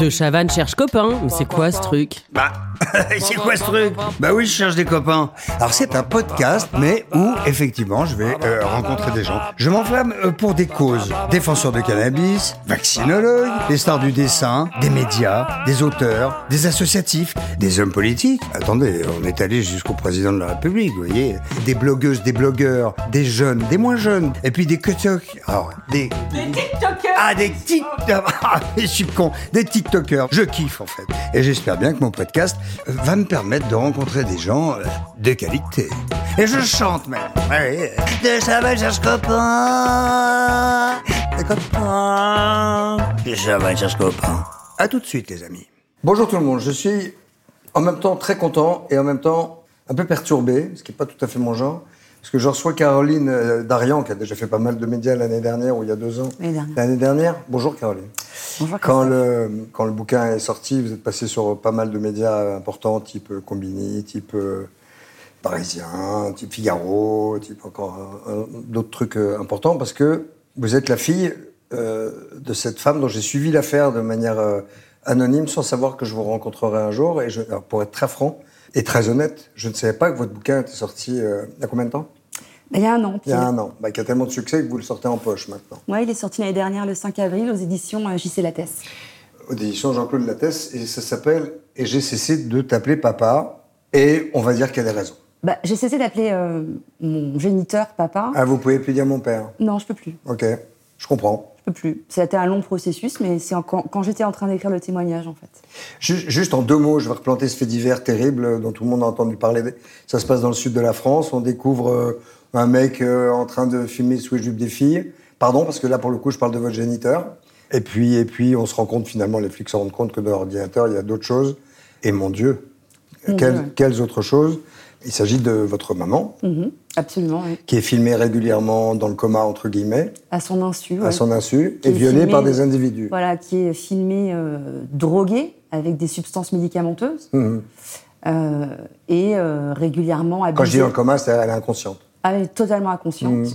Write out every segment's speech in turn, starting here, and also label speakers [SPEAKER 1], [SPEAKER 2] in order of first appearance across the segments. [SPEAKER 1] De Chavannes cherche copain. Mais c'est quoi ce truc
[SPEAKER 2] Bah, c'est quoi ce truc Bah oui, je cherche des copains.
[SPEAKER 3] Alors c'est un podcast, mais où effectivement je vais euh, rencontrer des gens. Je m'enflamme euh, pour des causes. Défenseurs de cannabis, vaccinologues, des stars du dessin, des médias, des auteurs, des associatifs, des hommes politiques. Attendez, on est allé jusqu'au président de la République, vous voyez. Des blogueuses, des blogueurs, des jeunes, des moins jeunes, et puis des TikTok. Alors, des... Ah, des TikTok Ah, je suis con. Des TikTokers. Je kiffe, en fait. Et j'espère bien que mon podcast euh, va me permettre de rencontrer des gens euh, de qualité. Et je chante, même. Ouais. De Chavannes cherche copain. Des copains. De Chavannes cherche copain. À tout de suite, les amis. Bonjour tout le monde. Je suis en même temps très content et en même temps un peu perturbé, ce qui n'est pas tout à fait mon genre. Parce que je reçois Caroline euh, Darian, qui a déjà fait pas mal de médias l'année dernière ou il y a deux ans.
[SPEAKER 4] L'année dernière.
[SPEAKER 3] L'année dernière. Bonjour Caroline.
[SPEAKER 4] Bonjour,
[SPEAKER 3] Quand le, quand le bouquin est sorti, vous êtes passé sur pas mal de médias importants, type euh, Combini, type euh, Parisien, type Figaro, type encore un- un- d'autres trucs euh, importants, parce que vous êtes la fille euh, de cette femme dont j'ai suivi l'affaire de manière euh, anonyme, sans savoir que je vous rencontrerai un jour. Et je, alors, pour être très franc et très honnête, je ne savais pas que votre bouquin était sorti euh, il y a combien de temps
[SPEAKER 4] Il y a un an.
[SPEAKER 3] Il y a un an. Bah, qui a tellement de succès que vous le sortez en poche maintenant.
[SPEAKER 4] Ouais, il est sorti l'année dernière, le 5 avril, aux éditions euh, JC Lattès.
[SPEAKER 3] aux éditions Jean-Claude Lattès, et ça s'appelle Et j'ai cessé de t'appeler papa, et on va dire qu'elle a raison.
[SPEAKER 4] Bah, j'ai cessé d'appeler euh, mon géniteur papa.
[SPEAKER 3] Ah, vous pouvez plus dire mon père.
[SPEAKER 4] Non, je peux plus.
[SPEAKER 3] Ok, je comprends.
[SPEAKER 4] Je peux plus. C'était un long processus, mais c'est en- quand, quand j'étais en train d'écrire le témoignage, en fait.
[SPEAKER 3] Ju- Juste en deux mots, je vais replanter ce fait divers terrible euh, dont tout le monde a entendu parler. Ça se passe dans le sud de la France. On découvre euh, un mec euh, en train de filmer sous les jupes des filles. Pardon, parce que là, pour le coup, je parle de votre géniteur. Et puis, et puis, on se rend compte finalement, les flics se rendent compte que dans l'ordinateur, il y a d'autres choses. Et mon Dieu,
[SPEAKER 4] Mon
[SPEAKER 3] quelles,
[SPEAKER 4] Dieu, ouais.
[SPEAKER 3] quelles autres choses Il s'agit de votre maman,
[SPEAKER 4] Mhm. Absolument, oui.
[SPEAKER 3] qui est filmé régulièrement dans le coma, entre guillemets,
[SPEAKER 4] À son insu.
[SPEAKER 3] à
[SPEAKER 4] ouais.
[SPEAKER 3] son insu,
[SPEAKER 4] Qui
[SPEAKER 3] et
[SPEAKER 4] est
[SPEAKER 3] violé
[SPEAKER 4] filmé-
[SPEAKER 3] par des individus.
[SPEAKER 4] Voilà, qui est filmé euh, drogué avec des substances médicamenteuses
[SPEAKER 3] Mhm.
[SPEAKER 4] euh, et euh, régulièrement abusé.
[SPEAKER 3] Quand je dis Mhm. dans le coma, c'est elle est inconsciente.
[SPEAKER 4] Ah, elle est totalement inconsciente,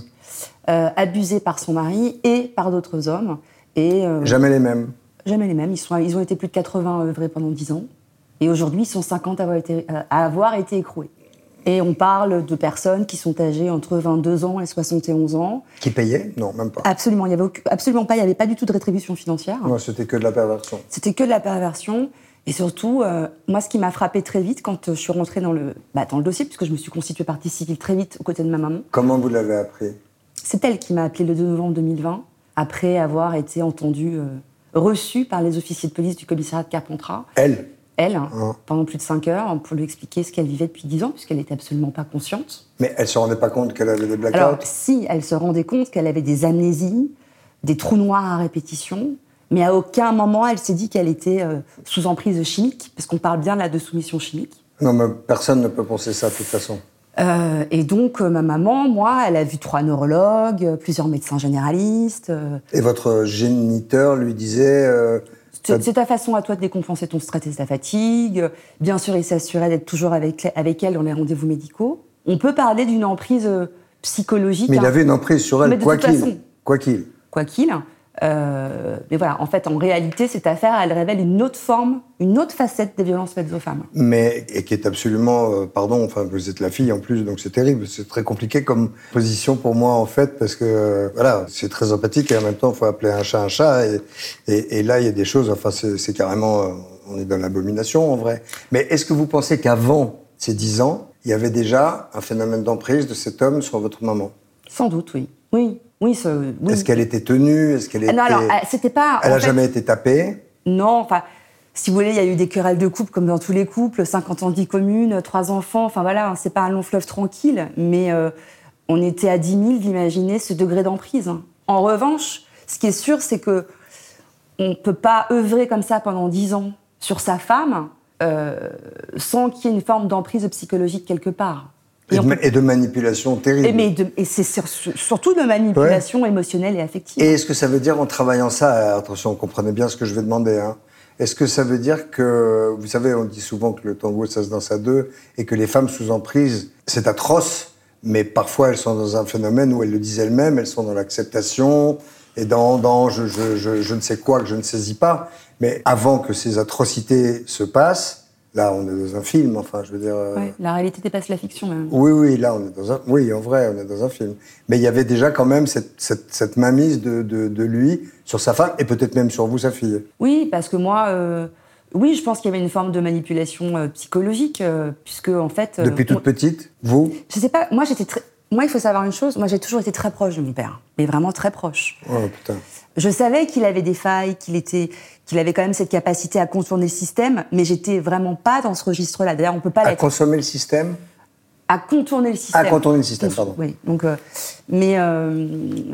[SPEAKER 4] euh, abusée par son mari et par d'autres hommes. Et euh,
[SPEAKER 3] Jamais les mêmes.
[SPEAKER 4] jamais les mêmes. Ils, sont, ils ont été plus de 80 œuvrés pendant 10 ans. Et aujourd'hui, ils sont 50 à avoir été, à avoir été écroués. Et on parle de personnes qui sont âgées entre 22 ans et 71 ans.
[SPEAKER 3] Qui payaient Non, même pas.
[SPEAKER 4] Absolument, il y avait aucu- absolument pas, il n'y avait pas du tout de rétribution financière.
[SPEAKER 3] Non, c'était que de la perversion.
[SPEAKER 4] C'était que de la perversion. Et surtout, euh, moi, ce qui m'a frappé très vite quand euh, je suis rentrée dans le, bah, dans le dossier, puisque je me suis constituée partie civile très vite aux côtés de ma maman,
[SPEAKER 3] Comment vous l'avez appris
[SPEAKER 4] c'est elle qui m'a appelée le 2 novembre 2020, après avoir été entendue, euh, reçue par les officiers de police du commissariat de Carpentras.
[SPEAKER 3] Elle
[SPEAKER 4] Elle, hein,
[SPEAKER 3] Ah.
[SPEAKER 4] pendant plus de 5 heures, hein, pour lui expliquer ce qu'elle vivait depuis 10 ans, puisqu'elle n'était absolument pas consciente.
[SPEAKER 3] Mais elle se rendait pas compte qu'elle avait des blackouts
[SPEAKER 4] Alors, si elle se rendait compte qu'elle avait des amnésies, des trous noirs à répétition, mais à aucun moment elle s'est dit qu'elle était euh, sous emprise chimique, parce qu'on parle bien là de soumission chimique.
[SPEAKER 3] Non, mais personne ne peut penser ça, de toute façon.
[SPEAKER 4] Euh, et donc, euh, ma maman, moi, elle a vu trois neurologues, euh, plusieurs médecins généralistes. euh,
[SPEAKER 3] Et votre géniteur lui disait... euh,
[SPEAKER 4] C'est
[SPEAKER 3] ça-
[SPEAKER 4] c'est ta façon à toi de décompenser ton stress et ta fatigue. Bien sûr, il s'assurait d'être toujours avec, avec elle dans les rendez-vous médicaux. On peut parler d'une emprise euh, psychologique,
[SPEAKER 3] Mais il
[SPEAKER 4] hein,
[SPEAKER 3] avait une emprise sur
[SPEAKER 4] Mais
[SPEAKER 3] elle,
[SPEAKER 4] de
[SPEAKER 3] quoi
[SPEAKER 4] toute façon.
[SPEAKER 3] qu'il. Quoi qu'il.
[SPEAKER 4] quoi qu'il. Euh, mais voilà, en fait, en réalité, cette affaire, elle révèle une autre forme, une autre facette des violences faites aux femmes.
[SPEAKER 3] mais et qui est absolument, euh, pardon, enfin vous êtes la fille en plus, donc c'est terrible, c'est très compliqué comme position pour moi en fait, parce que euh, voilà, c'est très empathique et en même temps il faut appeler un chat un chat, et, et, et là il y a des choses, enfin c'est c'est carrément, euh, on est dans l'abomination en vrai. Mais est-ce que vous pensez qu'avant ces 10 ans, il y avait déjà un phénomène d'emprise de cet homme sur votre maman
[SPEAKER 4] Sans doute, oui. Oui, oui. ce- oui.
[SPEAKER 3] Est-ce qu'elle était tenue Est-ce qu'elle était...
[SPEAKER 4] Ah Non, alors, euh, c'était pas.
[SPEAKER 3] elle
[SPEAKER 4] en
[SPEAKER 3] a
[SPEAKER 4] fait,
[SPEAKER 3] jamais été tapée
[SPEAKER 4] Non, enfin, si vous voulez, il y a eu des querelles de couple comme dans tous les couples, 50 ans de vie commune, trois enfants, enfin voilà, hein, c'est pas un long fleuve tranquille, mais euh, on était à 10 000 d'imaginer ce degré d'emprise. hein. En revanche, ce qui est sûr, c'est que on peut pas œuvrer comme ça pendant 10 ans sur sa femme euh, sans qu'il y ait une forme d'emprise psychologique quelque part.
[SPEAKER 3] et,
[SPEAKER 4] Et on
[SPEAKER 3] de,
[SPEAKER 4] peut-
[SPEAKER 3] et de manipulation terrible.
[SPEAKER 4] et mais de- et c'est sur- surtout de manipulation émotionnelle et affective.
[SPEAKER 3] Et est-ce que ça veut dire en travaillant ça, euh, attention, comprenez bien ce que je vais demander, hein, est-ce que ça veut dire que, vous savez, on dit souvent que le tango, ça se danse à deux, et que les femmes sous emprise, c'est atroce, mais parfois elles sont dans un phénomène où elles le disent elles-mêmes, elles sont dans l'acceptation et dans, dans je, je- je- je ne sais quoi que je ne saisis pas. Mais avant que ces atrocités se passent, là on est dans un film, enfin je veux dire. euh,
[SPEAKER 4] Ouais, la réalité dépasse la fiction même.
[SPEAKER 3] oui, oui, là, on est dans un... Oui, en vrai, on est dans un film. Mais il y avait déjà quand même cette, cette, cette mainmise de, de, de lui sur sa femme et peut-être même sur vous, sa fille.
[SPEAKER 4] Oui, parce que moi, euh, oui, je pense qu'il y avait une forme de manipulation euh, psychologique, euh, puisque en fait. euh,
[SPEAKER 3] Depuis toute
[SPEAKER 4] on-
[SPEAKER 3] petite, vous
[SPEAKER 4] Je sais pas, moi j'étais très. Moi, il faut savoir une chose, moi j'ai toujours été très proche de mon père, mais vraiment très proche.
[SPEAKER 3] Oh putain.
[SPEAKER 4] Je savais qu'il avait des failles, qu'il était, qu'il avait quand même cette capacité à contourner le système, mais j'étais vraiment pas dans ce registre-là. D'ailleurs, on peut pas
[SPEAKER 3] À
[SPEAKER 4] l'être.
[SPEAKER 3] consommer le système
[SPEAKER 4] À contourner le système.
[SPEAKER 3] À contourner le système, pardon.
[SPEAKER 4] Oui. Donc, euh, mais euh,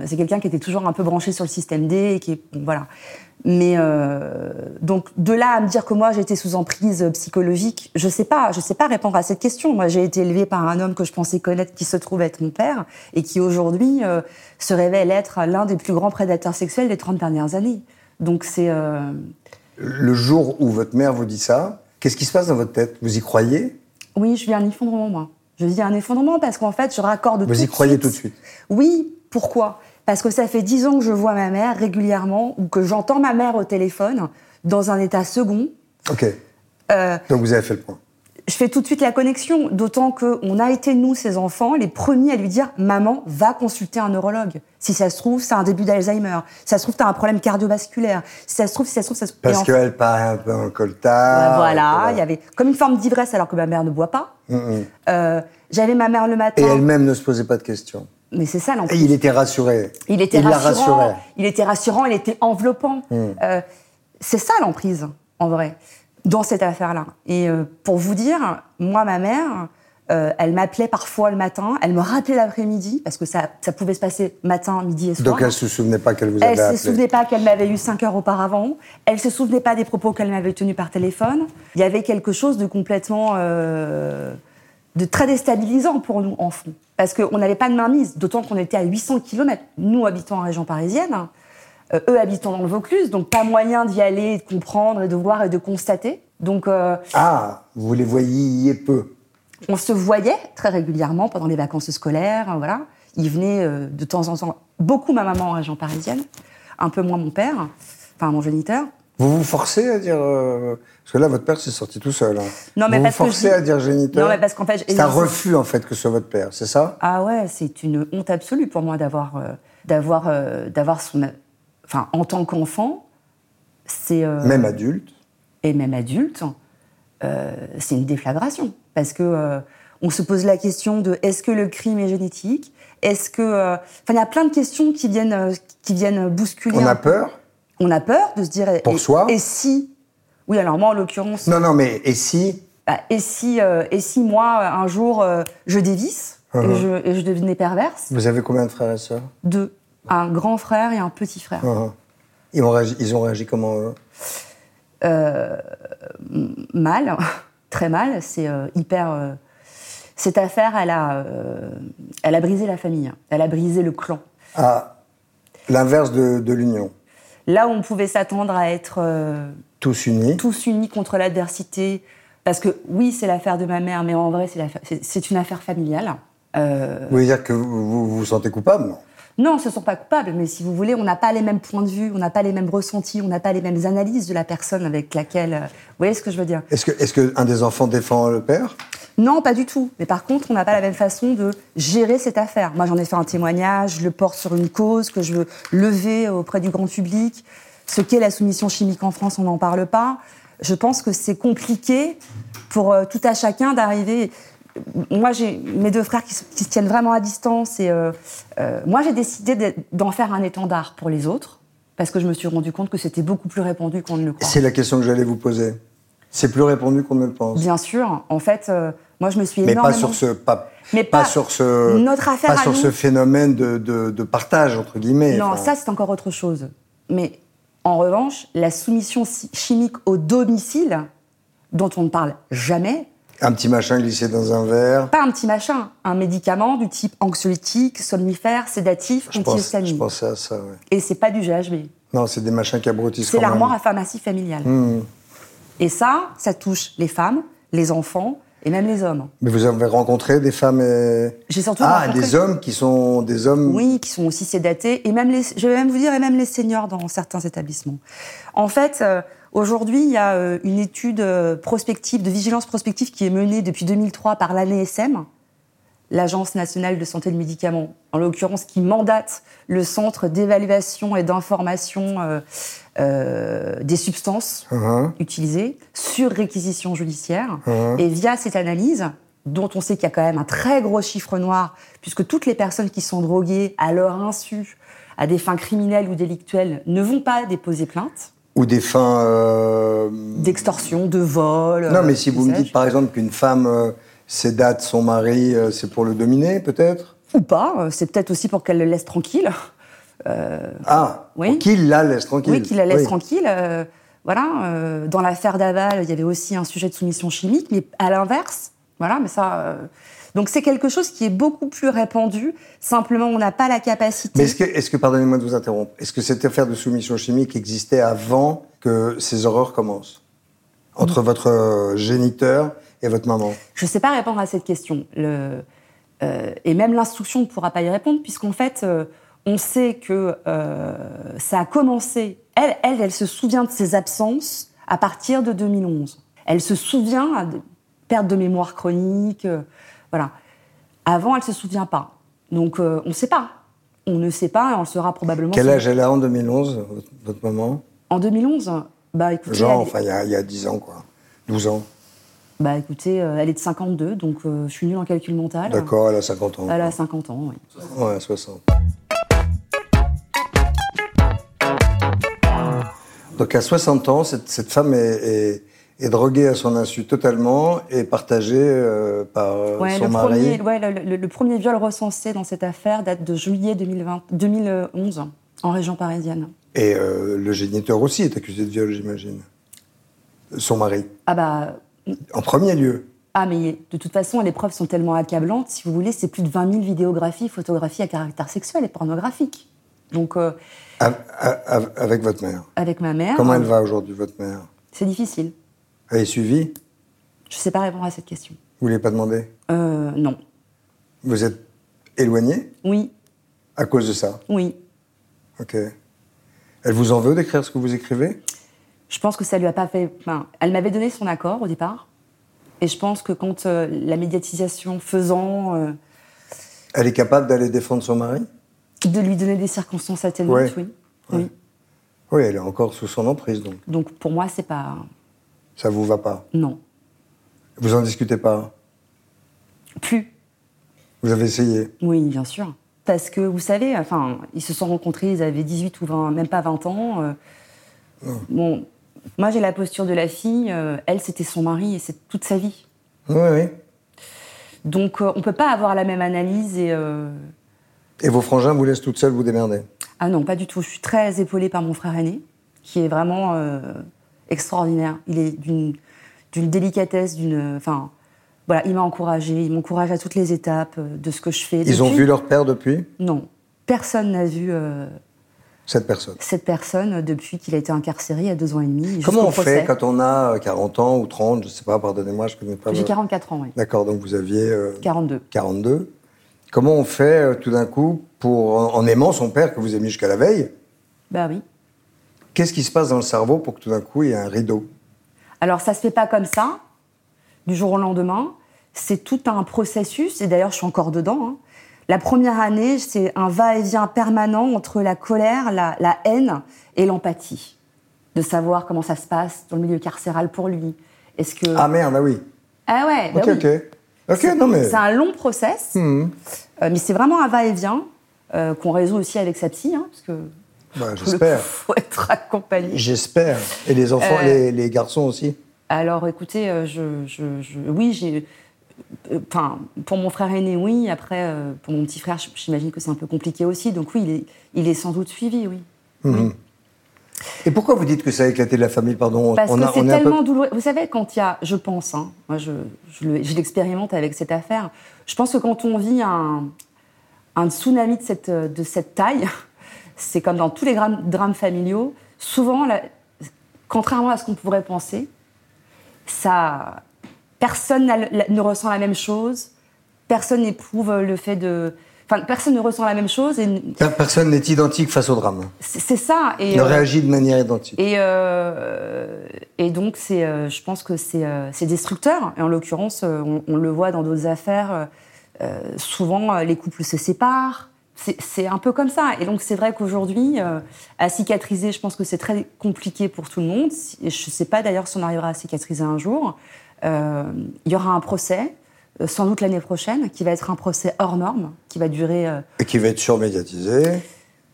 [SPEAKER 4] c'est quelqu'un qui était toujours un peu branché sur le système D, et qui est, bon, voilà. Mais euh, donc de là à me dire que moi j'étais sous emprise euh, psychologique, je sais pas, je sais pas répondre à cette question. Moi j'ai été élevée par un homme que je pensais connaître, qui se trouve être mon père, et qui aujourd'hui euh, se révèle être l'un des plus grands prédateurs sexuels des 30 dernières années. Donc c'est euh,
[SPEAKER 3] Le jour où votre mère vous dit ça, qu'est-ce qui se passe dans votre tête Vous y croyez
[SPEAKER 4] Oui, je vis un effondrement, moi. Je vis un effondrement parce qu'en fait, je raccorde tout
[SPEAKER 3] Vous y
[SPEAKER 4] de
[SPEAKER 3] croyez tout de suite
[SPEAKER 4] Oui, pourquoi Parce que ça fait dix ans que je vois ma mère régulièrement ou que j'entends ma mère au téléphone dans un état second.
[SPEAKER 3] Ok.
[SPEAKER 4] Euh,
[SPEAKER 3] Donc vous avez fait le point.
[SPEAKER 4] je fais tout de suite la connexion, d'autant qu'on a été, nous, ces enfants, les premiers à lui dire « Maman, va consulter un neurologue. Si ça se trouve, c'est un début d'Alzheimer. Si ça se trouve, t'as un problème cardiovasculaire. Si ça se trouve, si ça se trouve, ça se trouve... » Et
[SPEAKER 3] Parce
[SPEAKER 4] en
[SPEAKER 3] qu'elle part un peu en
[SPEAKER 4] Ouais,
[SPEAKER 3] coltard.
[SPEAKER 4] voilà,
[SPEAKER 3] et
[SPEAKER 4] il y avait comme une forme d'ivresse alors que ma mère ne boit pas. Euh, J'avais ma mère le matin.
[SPEAKER 3] Mm. Et elle-même ne se posait pas de questions.
[SPEAKER 4] Mais c'est ça
[SPEAKER 3] Et
[SPEAKER 4] l'emprise.
[SPEAKER 3] il était rassuré.
[SPEAKER 4] Il était
[SPEAKER 3] il la rassurait. Hmm.
[SPEAKER 4] rassurant. Il était rassurant, il était enveloppant. Euh, c'est ça l'emprise, en vrai, dans cette affaire-là. Et euh, pour vous dire, moi, ma mère, euh, elle m'appelait parfois le matin, elle me rappelait l'après-midi, parce que ça, ça pouvait se passer matin, midi et soir.
[SPEAKER 3] Donc elle ne se souvenait pas qu'elle vous
[SPEAKER 4] Elle
[SPEAKER 3] avait
[SPEAKER 4] se
[SPEAKER 3] appelé.
[SPEAKER 4] souvenait pas qu'elle m'avait eu cinq heures auparavant. Elle se souvenait pas des propos qu'elle m'avait tenus par téléphone. Il y avait quelque chose de complètement, euh, de très déstabilisant pour nous, en fond. Parce qu'on n'avait pas de mainmise, d'autant qu'on était à 800 km, nous habitant en région parisienne, hein, euh, eux habitant dans le Vaucluse, donc pas moyen d'y aller, de comprendre et de voir et de constater. Donc euh,
[SPEAKER 3] Ah, vous les voyiez peu.
[SPEAKER 4] on se voyait très régulièrement pendant les vacances scolaires, euh, voilà. Il venait euh, de temps en temps, beaucoup ma maman en région parisienne, un peu moins mon père, enfin mon géniteur.
[SPEAKER 3] Vous vous forcez à dire. euh, parce que là, votre père s'est sorti tout seul. hein.
[SPEAKER 4] Non, mais
[SPEAKER 3] vous
[SPEAKER 4] parce
[SPEAKER 3] vous
[SPEAKER 4] que
[SPEAKER 3] forcez
[SPEAKER 4] je dis-
[SPEAKER 3] à dire géniteur.
[SPEAKER 4] Non, mais parce qu'en fait, je-
[SPEAKER 3] C'est un
[SPEAKER 4] je-
[SPEAKER 3] refus, en fait, que ce soit votre père, c'est ça
[SPEAKER 4] Ah ouais, c'est une honte absolue pour moi d'avoir, euh, d'avoir, euh, d'avoir son, enfin en tant qu'enfant, c'est euh,
[SPEAKER 3] Même adulte.
[SPEAKER 4] et même adulte, euh, c'est une déflagration. Parce que euh, on se pose la question de est-ce que le crime est génétique Est-ce que. euh, Enfin, il y a plein de questions qui viennent, euh, qui viennent bousculer.
[SPEAKER 3] On
[SPEAKER 4] un
[SPEAKER 3] a
[SPEAKER 4] peu.
[SPEAKER 3] peur
[SPEAKER 4] On a peur de se dire. eh, et-
[SPEAKER 3] Pour soi
[SPEAKER 4] Et si. Oui, alors moi, en l'occurrence.
[SPEAKER 3] Non, non, mais et si
[SPEAKER 4] bah, et, si, euh, et si moi, un jour, euh, je dévisse
[SPEAKER 3] Mhm.
[SPEAKER 4] et, je, et je devenais perverse
[SPEAKER 3] Vous avez combien de frères et sœurs
[SPEAKER 4] de un grand frère et un petit frère.
[SPEAKER 3] Uhum. ils, ont réagi, ils ont réagi comment eux
[SPEAKER 4] mal, très mal. C'est euh, hyper. euh, cette affaire, elle a, euh, elle a brisé la famille. Elle a brisé le clan.
[SPEAKER 3] À l'inverse de, de l'union.
[SPEAKER 4] Là où on pouvait s'attendre à être euh,
[SPEAKER 3] Tous unis.
[SPEAKER 4] tous unis contre l'adversité, parce que oui, c'est l'affaire de ma mère, mais en vrai, c'est l'affaire- c'est c'est une affaire familiale. Euh,
[SPEAKER 3] Vous voulez dire que vous vous, vous sentez coupable Non.
[SPEAKER 4] Non, on se sent pas coupable, mais si vous voulez, on n'a pas les mêmes points de vue, on n'a pas les mêmes ressentis, on n'a pas les mêmes analyses de la personne avec laquelle. euh, vous voyez ce que je veux dire
[SPEAKER 3] Est-ce que, est-ce que un des enfants défend le père
[SPEAKER 4] Non, pas du tout. Mais par contre, on n'a pas la même façon de gérer cette affaire. Moi, j'en ai fait un témoignage, je le porte sur une cause que je veux lever auprès du grand public. Ce qu'est la soumission chimique en France, on n'en parle pas. Je pense que c'est compliqué pour euh, tout à chacun d'arriver. Moi, j'ai mes deux frères qui se, qui se tiennent vraiment à distance. Et euh, euh, moi, j'ai décidé d'être- d'en faire un étendard pour les autres parce que je me suis rendu compte que c'était beaucoup plus répandu qu'on ne le croit.
[SPEAKER 3] C'est la question que j'allais vous poser. C'est plus répondu qu'on ne le pense.
[SPEAKER 4] Bien sûr, en fait, euh, moi, je me suis
[SPEAKER 3] Mais
[SPEAKER 4] énormément.
[SPEAKER 3] pas sur ce, pas,
[SPEAKER 4] Mais
[SPEAKER 3] pas,
[SPEAKER 4] pas-
[SPEAKER 3] sur ce,
[SPEAKER 4] notre affaire
[SPEAKER 3] pas
[SPEAKER 4] à
[SPEAKER 3] sur
[SPEAKER 4] nous.
[SPEAKER 3] ce phénomène de, de- de partage entre guillemets.
[SPEAKER 4] Non,
[SPEAKER 3] Enfin,
[SPEAKER 4] ça c'est encore autre chose. Mais en revanche, la soumission si- chimique au domicile, dont on ne parle jamais,
[SPEAKER 3] Un petit machin glissé dans un verre.
[SPEAKER 4] pas un petit machin, un médicament du type anxiolytique, somnifère, sédatif,
[SPEAKER 3] Je pense, je
[SPEAKER 4] antihistamine.
[SPEAKER 3] pensais à ça. ouais.
[SPEAKER 4] Et c'est pas du GHB.
[SPEAKER 3] Non, c'est des machins qui abrutissent.
[SPEAKER 4] C'est
[SPEAKER 3] quand même. Hmm.
[SPEAKER 4] l'armoire à pharmacie familiale. Et ça, ça touche les femmes, les enfants, et Et même les hommes.
[SPEAKER 3] Mais vous avez rencontré des femmes et...
[SPEAKER 4] J'ai surtout
[SPEAKER 3] Ah,
[SPEAKER 4] rencontré-
[SPEAKER 3] des hommes qui sont des hommes...
[SPEAKER 4] Oui, qui sont aussi sédatés. Et même les, je vais même vous dire, et même les seniors dans certains établissements. En fait, euh, aujourd'hui, il y a euh, une étude euh, prospective, de vigilance prospective qui est menée depuis 2003 par l'ANSM, l'Agence nationale de santé et de médicaments, en l'occurrence, qui mandate le Centre d'évaluation et d'information euh, euh, des substances
[SPEAKER 3] Hein,
[SPEAKER 4] utilisés sur réquisition judiciaire.
[SPEAKER 3] hein.
[SPEAKER 4] Et via cette analyse, dont on sait qu'il y a quand même un très gros chiffre noir, puisque toutes les personnes qui sont droguées à leur insu, à des fins criminelles ou délictuelles, ne vont pas déposer plainte
[SPEAKER 3] Ou des fins... euh,
[SPEAKER 4] d'extorsion, de vol.
[SPEAKER 3] Non,
[SPEAKER 4] euh,
[SPEAKER 3] mais si vous me
[SPEAKER 4] sais-je.
[SPEAKER 3] dites par exemple qu'une femme euh, sédate son mari, euh, c'est pour le dominer peut-être
[SPEAKER 4] Ou pas, euh, c'est peut-être aussi pour qu'elle le laisse tranquille.
[SPEAKER 3] Ah,
[SPEAKER 4] Euh, Oui.
[SPEAKER 3] pour qu'il la laisse tranquille.
[SPEAKER 4] Oui, qu'il la laisse
[SPEAKER 3] Oui.
[SPEAKER 4] tranquille. euh, voilà, euh, dans l'affaire Daval, il y avait aussi un sujet de soumission chimique, mais à l'inverse. Voilà, mais ça. euh, donc c'est quelque chose qui est beaucoup plus répandu. Simplement, on n'a pas la capacité.
[SPEAKER 3] Mais est-ce que, est-ce que pardonnez-moi de vous interrompre, est-ce que cette affaire de soumission chimique existait avant que ces horreurs commencent Entre votre euh, géniteur et votre maman
[SPEAKER 4] Je ne sais pas répondre à cette question. Le- euh, et même l'instruction ne pourra pas y répondre, puisqu'en fait, euh, on sait que euh, ça a commencé. Elle, elle, elle se souvient de ses absences à partir de 2011. Elle se souvient à de- perte de mémoire chronique. euh, voilà. Avant, elle ne se souvient pas. Donc, euh, on ne sait pas. On ne sait pas et on le saura probablement.
[SPEAKER 3] Quel âge elle a en 2011, votre, votre maman
[SPEAKER 4] En 2011, bah, écoutez,
[SPEAKER 3] Genre,
[SPEAKER 4] elle est-
[SPEAKER 3] enfin, il y, a- il y a 10 ans, quoi. 12 ans.
[SPEAKER 4] bah, écoutez, euh, elle est de 52, donc euh, je suis nulle en calcul mental.
[SPEAKER 3] D'accord, elle a 50 ans.
[SPEAKER 4] Elle a 50 ans, oui.
[SPEAKER 3] Ouais, 60. Donc à 60 ans, cette, cette femme est, est- est droguée à son insu totalement et partagée euh, par euh,
[SPEAKER 4] Ouais,
[SPEAKER 3] son
[SPEAKER 4] le
[SPEAKER 3] mari.
[SPEAKER 4] Premier, ouais, le, le- le premier viol recensé dans cette affaire date de juillet 2020 2011 en région parisienne.
[SPEAKER 3] Et euh, le géniteur aussi est accusé de viol, j'imagine. Son mari,
[SPEAKER 4] Ah bah,
[SPEAKER 3] en premier lieu.
[SPEAKER 4] ah mais de toute façon, les preuves sont tellement accablantes. Si vous voulez, c'est plus de 20 000 vidéographies, photographies à caractère sexuel et pornographique. Donc, euh,
[SPEAKER 3] A- a- a- Avec votre mère.
[SPEAKER 4] avec ma mère,
[SPEAKER 3] Comment elle va aujourd'hui, votre mère
[SPEAKER 4] c'est difficile.
[SPEAKER 3] Elle est suivie
[SPEAKER 4] Je sais pas répondre à cette question.
[SPEAKER 3] Vous ne l'avez pas demandé
[SPEAKER 4] Euh, non.
[SPEAKER 3] Vous êtes éloigné
[SPEAKER 4] Oui,
[SPEAKER 3] à cause de ça
[SPEAKER 4] oui.
[SPEAKER 3] Ok. Elle vous en veut d'écrire ce que vous écrivez
[SPEAKER 4] Je pense que ça lui a pas fait. enfin, elle m'avait donné son accord au départ. Et je pense que quand euh, la médiatisation faisant. euh,
[SPEAKER 3] Elle est capable d'aller défendre son mari
[SPEAKER 4] De lui donner des circonstances atténuantes,
[SPEAKER 3] Ouais.
[SPEAKER 4] oui. oui.
[SPEAKER 3] Oui, elle est encore sous son emprise, donc
[SPEAKER 4] Donc pour moi, c'est pas.
[SPEAKER 3] ça vous va pas.
[SPEAKER 4] Non.
[SPEAKER 3] Vous en discutez pas.
[SPEAKER 4] Plus.
[SPEAKER 3] Vous avez essayé.
[SPEAKER 4] Oui, bien sûr. Parce que vous savez, enfin, ils se sont rencontrés, ils avaient 18 ou 20, même pas 20 ans. euh, Bon, moi j'ai la posture de la fille, euh, elle c'était son mari et c'est toute sa vie.
[SPEAKER 3] Oui, oui.
[SPEAKER 4] Donc euh, on peut pas avoir la même analyse et. euh,
[SPEAKER 3] Et vos frangins vous laissent toute seule vous démerder.
[SPEAKER 4] Ah non, pas du tout. Je suis très épaulée par mon frère aîné, qui est vraiment euh, extraordinaire. Il est d'une d'une délicatesse, d'une. Enfin, voilà, il m'a encouragée, il m'encourage à toutes les étapes euh, de ce que je fais.
[SPEAKER 3] Ils ont
[SPEAKER 4] Depuis-
[SPEAKER 3] vu leur père depuis
[SPEAKER 4] Non, personne n'a vu euh,
[SPEAKER 3] Cette personne.
[SPEAKER 4] cette personne depuis qu'il a été incarcéré il y a deux ans et demi.
[SPEAKER 3] Comment
[SPEAKER 4] jusqu'au
[SPEAKER 3] on
[SPEAKER 4] procès.
[SPEAKER 3] fait quand on a euh, 40 ans ou 30, je sais pas, pardonnez-moi, je connais pas.
[SPEAKER 4] J'ai
[SPEAKER 3] le-
[SPEAKER 4] 44 ans, oui.
[SPEAKER 3] D'accord, donc vous aviez euh,
[SPEAKER 4] 42.
[SPEAKER 3] 42. Comment on fait euh, tout d'un coup pour, en, en aimant son père que vous aimiez jusqu'à la veille,
[SPEAKER 4] Bah oui.
[SPEAKER 3] qu'est-ce qui se passe dans le cerveau pour que tout d'un coup il y ait un rideau
[SPEAKER 4] Alors ça se fait pas comme ça, du jour au lendemain. C'est tout un processus, et d'ailleurs je suis encore dedans. hein. La première année, c'est un va-et-vient permanent entre la colère, la, la haine et l'empathie. De savoir comment ça se passe dans le milieu carcéral pour lui. Est-ce que...
[SPEAKER 3] Ah merde, ah oui.
[SPEAKER 4] Euh. Ah ouais, bah
[SPEAKER 3] Ok,
[SPEAKER 4] oui.
[SPEAKER 3] ok. Ok,
[SPEAKER 4] C'est-
[SPEAKER 3] non mais.
[SPEAKER 4] C'est un long process,
[SPEAKER 3] Hmm.
[SPEAKER 4] euh, mais c'est vraiment un va-et-vient euh, qu'on résout aussi avec sa psy, hein, parce que
[SPEAKER 3] Bah,
[SPEAKER 4] pour le
[SPEAKER 3] J'espère.
[SPEAKER 4] coup, faut être accompagné.
[SPEAKER 3] J'espère. Et les enfants,
[SPEAKER 4] Euh,
[SPEAKER 3] les, les garçons aussi.
[SPEAKER 4] Alors, écoutez, euh, je, je- je- oui, j'ai. euh, Enfin, pour mon frère aîné, oui. Après, euh, pour mon petit frère, j- j'imagine que c'est un peu compliqué aussi. Donc oui, il est, il est sans doute suivi, oui.
[SPEAKER 3] Et pourquoi vous dites que ça a éclaté de la famille Pardon,
[SPEAKER 4] Parce que
[SPEAKER 3] a-
[SPEAKER 4] c'est
[SPEAKER 3] est un peu-
[SPEAKER 4] tellement douloureux. Vous savez, quand il y a, je pense, hein, moi je, je le- je l'expérimente avec cette affaire, je pense que quand on vit un, un tsunami de cette, de cette taille, c'est comme dans tous les drames, drames familiaux, souvent, la- contrairement à ce qu'on pourrait penser, ça, Personne n'a le- la- ne ressent la même chose. Personne n'éprouve le fait de. Enfin, personne ne ressent la même chose. Et n-
[SPEAKER 3] Ah, Personne n'est identique face au drame.
[SPEAKER 4] c'est c'est ça. Et,
[SPEAKER 3] Il
[SPEAKER 4] euh,
[SPEAKER 3] réagit de manière identique.
[SPEAKER 4] et, euh, et donc, c'est, euh, je pense que c'est, euh, c'est destructeur. Et en l'occurrence, euh, on, on le voit dans d'autres affaires. euh, euh, souvent, euh, les couples se séparent. C'est, c'est un peu comme ça. Et donc, c'est vrai qu'aujourd'hui, euh, à cicatriser, je pense que c'est très compliqué pour tout le monde. Si- et Je ne sais pas d'ailleurs si on arrivera à cicatriser un jour. Euh, Il y aura un procès, euh, sans doute l'année prochaine, qui va être un procès hors norme, qui va durer. euh,
[SPEAKER 3] Et qui va être
[SPEAKER 4] Hein
[SPEAKER 3] surmédiatisé.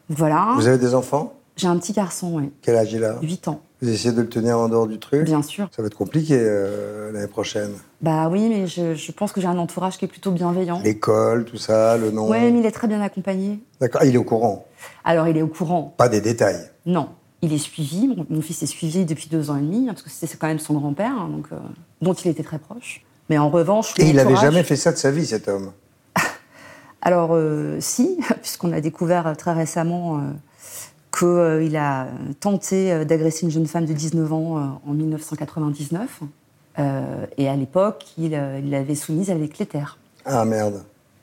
[SPEAKER 4] voilà.
[SPEAKER 3] Vous avez des enfants
[SPEAKER 4] J'ai un petit garçon, oui,
[SPEAKER 3] Quel âge il a
[SPEAKER 4] 8 ans,
[SPEAKER 3] Vous essayez de le tenir en dehors du truc
[SPEAKER 4] bien sûr.
[SPEAKER 3] Ça va être compliqué euh, l'année prochaine.
[SPEAKER 4] Bah oui, mais je, je pense que j'ai un entourage qui est plutôt bienveillant.
[SPEAKER 3] L'école, tout ça, le nom.
[SPEAKER 4] Ouais, mais il est très bien accompagné.
[SPEAKER 3] D'accord. Ah, il est au courant.
[SPEAKER 4] Alors, il est au courant.
[SPEAKER 3] Pas des détails.
[SPEAKER 4] Non, il est suivi. Mon, mon fils est suivi depuis deux ans et demi, hein, parce que c'est c'est quand même son grand-père, hein, donc, euh, dont il était très proche. Mais en revanche,
[SPEAKER 3] Et
[SPEAKER 4] mon
[SPEAKER 3] il n'avait
[SPEAKER 4] entourage-
[SPEAKER 3] jamais fait ça de sa vie, cet homme.
[SPEAKER 4] Alors, euh, si, puisqu'on a découvert euh, très récemment qu'il a tenté euh, d'agresser une jeune femme de 19 ans euh, en 1999. Euh, et à l'époque, il euh, il l'avait soumise avec l'éther.
[SPEAKER 3] Ah merde.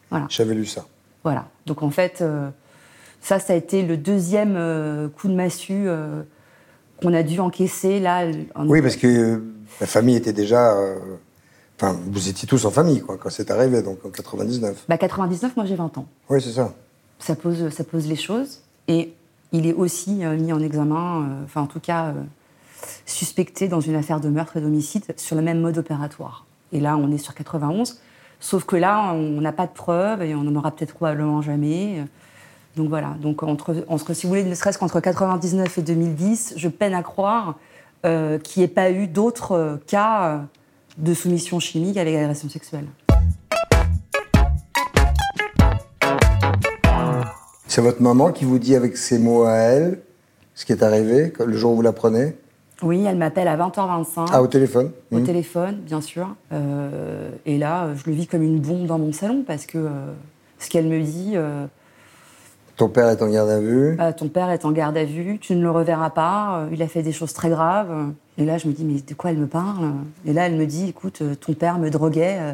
[SPEAKER 4] Voilà.
[SPEAKER 3] J'avais lu ça.
[SPEAKER 4] Voilà. Donc en fait, euh, ça, ça a été le deuxième euh, coup de massue euh, qu'on a dû encaisser là. en-
[SPEAKER 3] Oui, parce que euh, la famille était déjà. euh, Enfin, vous étiez tous en famille, quoi, quand c'est arrivé, donc en 99.
[SPEAKER 4] Bah 99, moi j'ai 20 ans.
[SPEAKER 3] Oui, c'est ça.
[SPEAKER 4] Ça pose, ça pose les choses. Et il est aussi euh, mis en examen, euh, enfin en tout cas euh, suspecté dans une affaire de meurtre et d'homicide sur le même mode opératoire. Et là, on est sur 91. Sauf que là, on n'a pas de preuves et on n'en aura peut-être probablement jamais. Donc voilà, donc entre, entre- si vous voulez, ne serait-ce qu'entre 99 et 2010, je peine à croire euh, qu'il n'y ait pas eu d'autres euh, cas euh, de soumission chimique avec agression sexuelle.
[SPEAKER 3] C'est votre maman qui vous dit avec ses mots à elle ce qui est arrivé, le jour où vous l'apprenez.
[SPEAKER 4] Oui, elle m'appelle à 20h25.
[SPEAKER 3] Ah, au téléphone
[SPEAKER 4] au
[SPEAKER 3] Hmm.
[SPEAKER 4] téléphone, bien sûr. Euh, et là, euh, je le vis comme une bombe dans mon salon parce que euh, ce qu'elle me dit, euh,
[SPEAKER 3] Ton père est en garde à vue.
[SPEAKER 4] Ah, ton père est en garde à vue, tu ne le reverras pas, euh, il a fait des choses très graves. Et là, je me dis, mais de quoi elle me parle Et là, elle me dit, écoute, euh, ton père me droguait euh,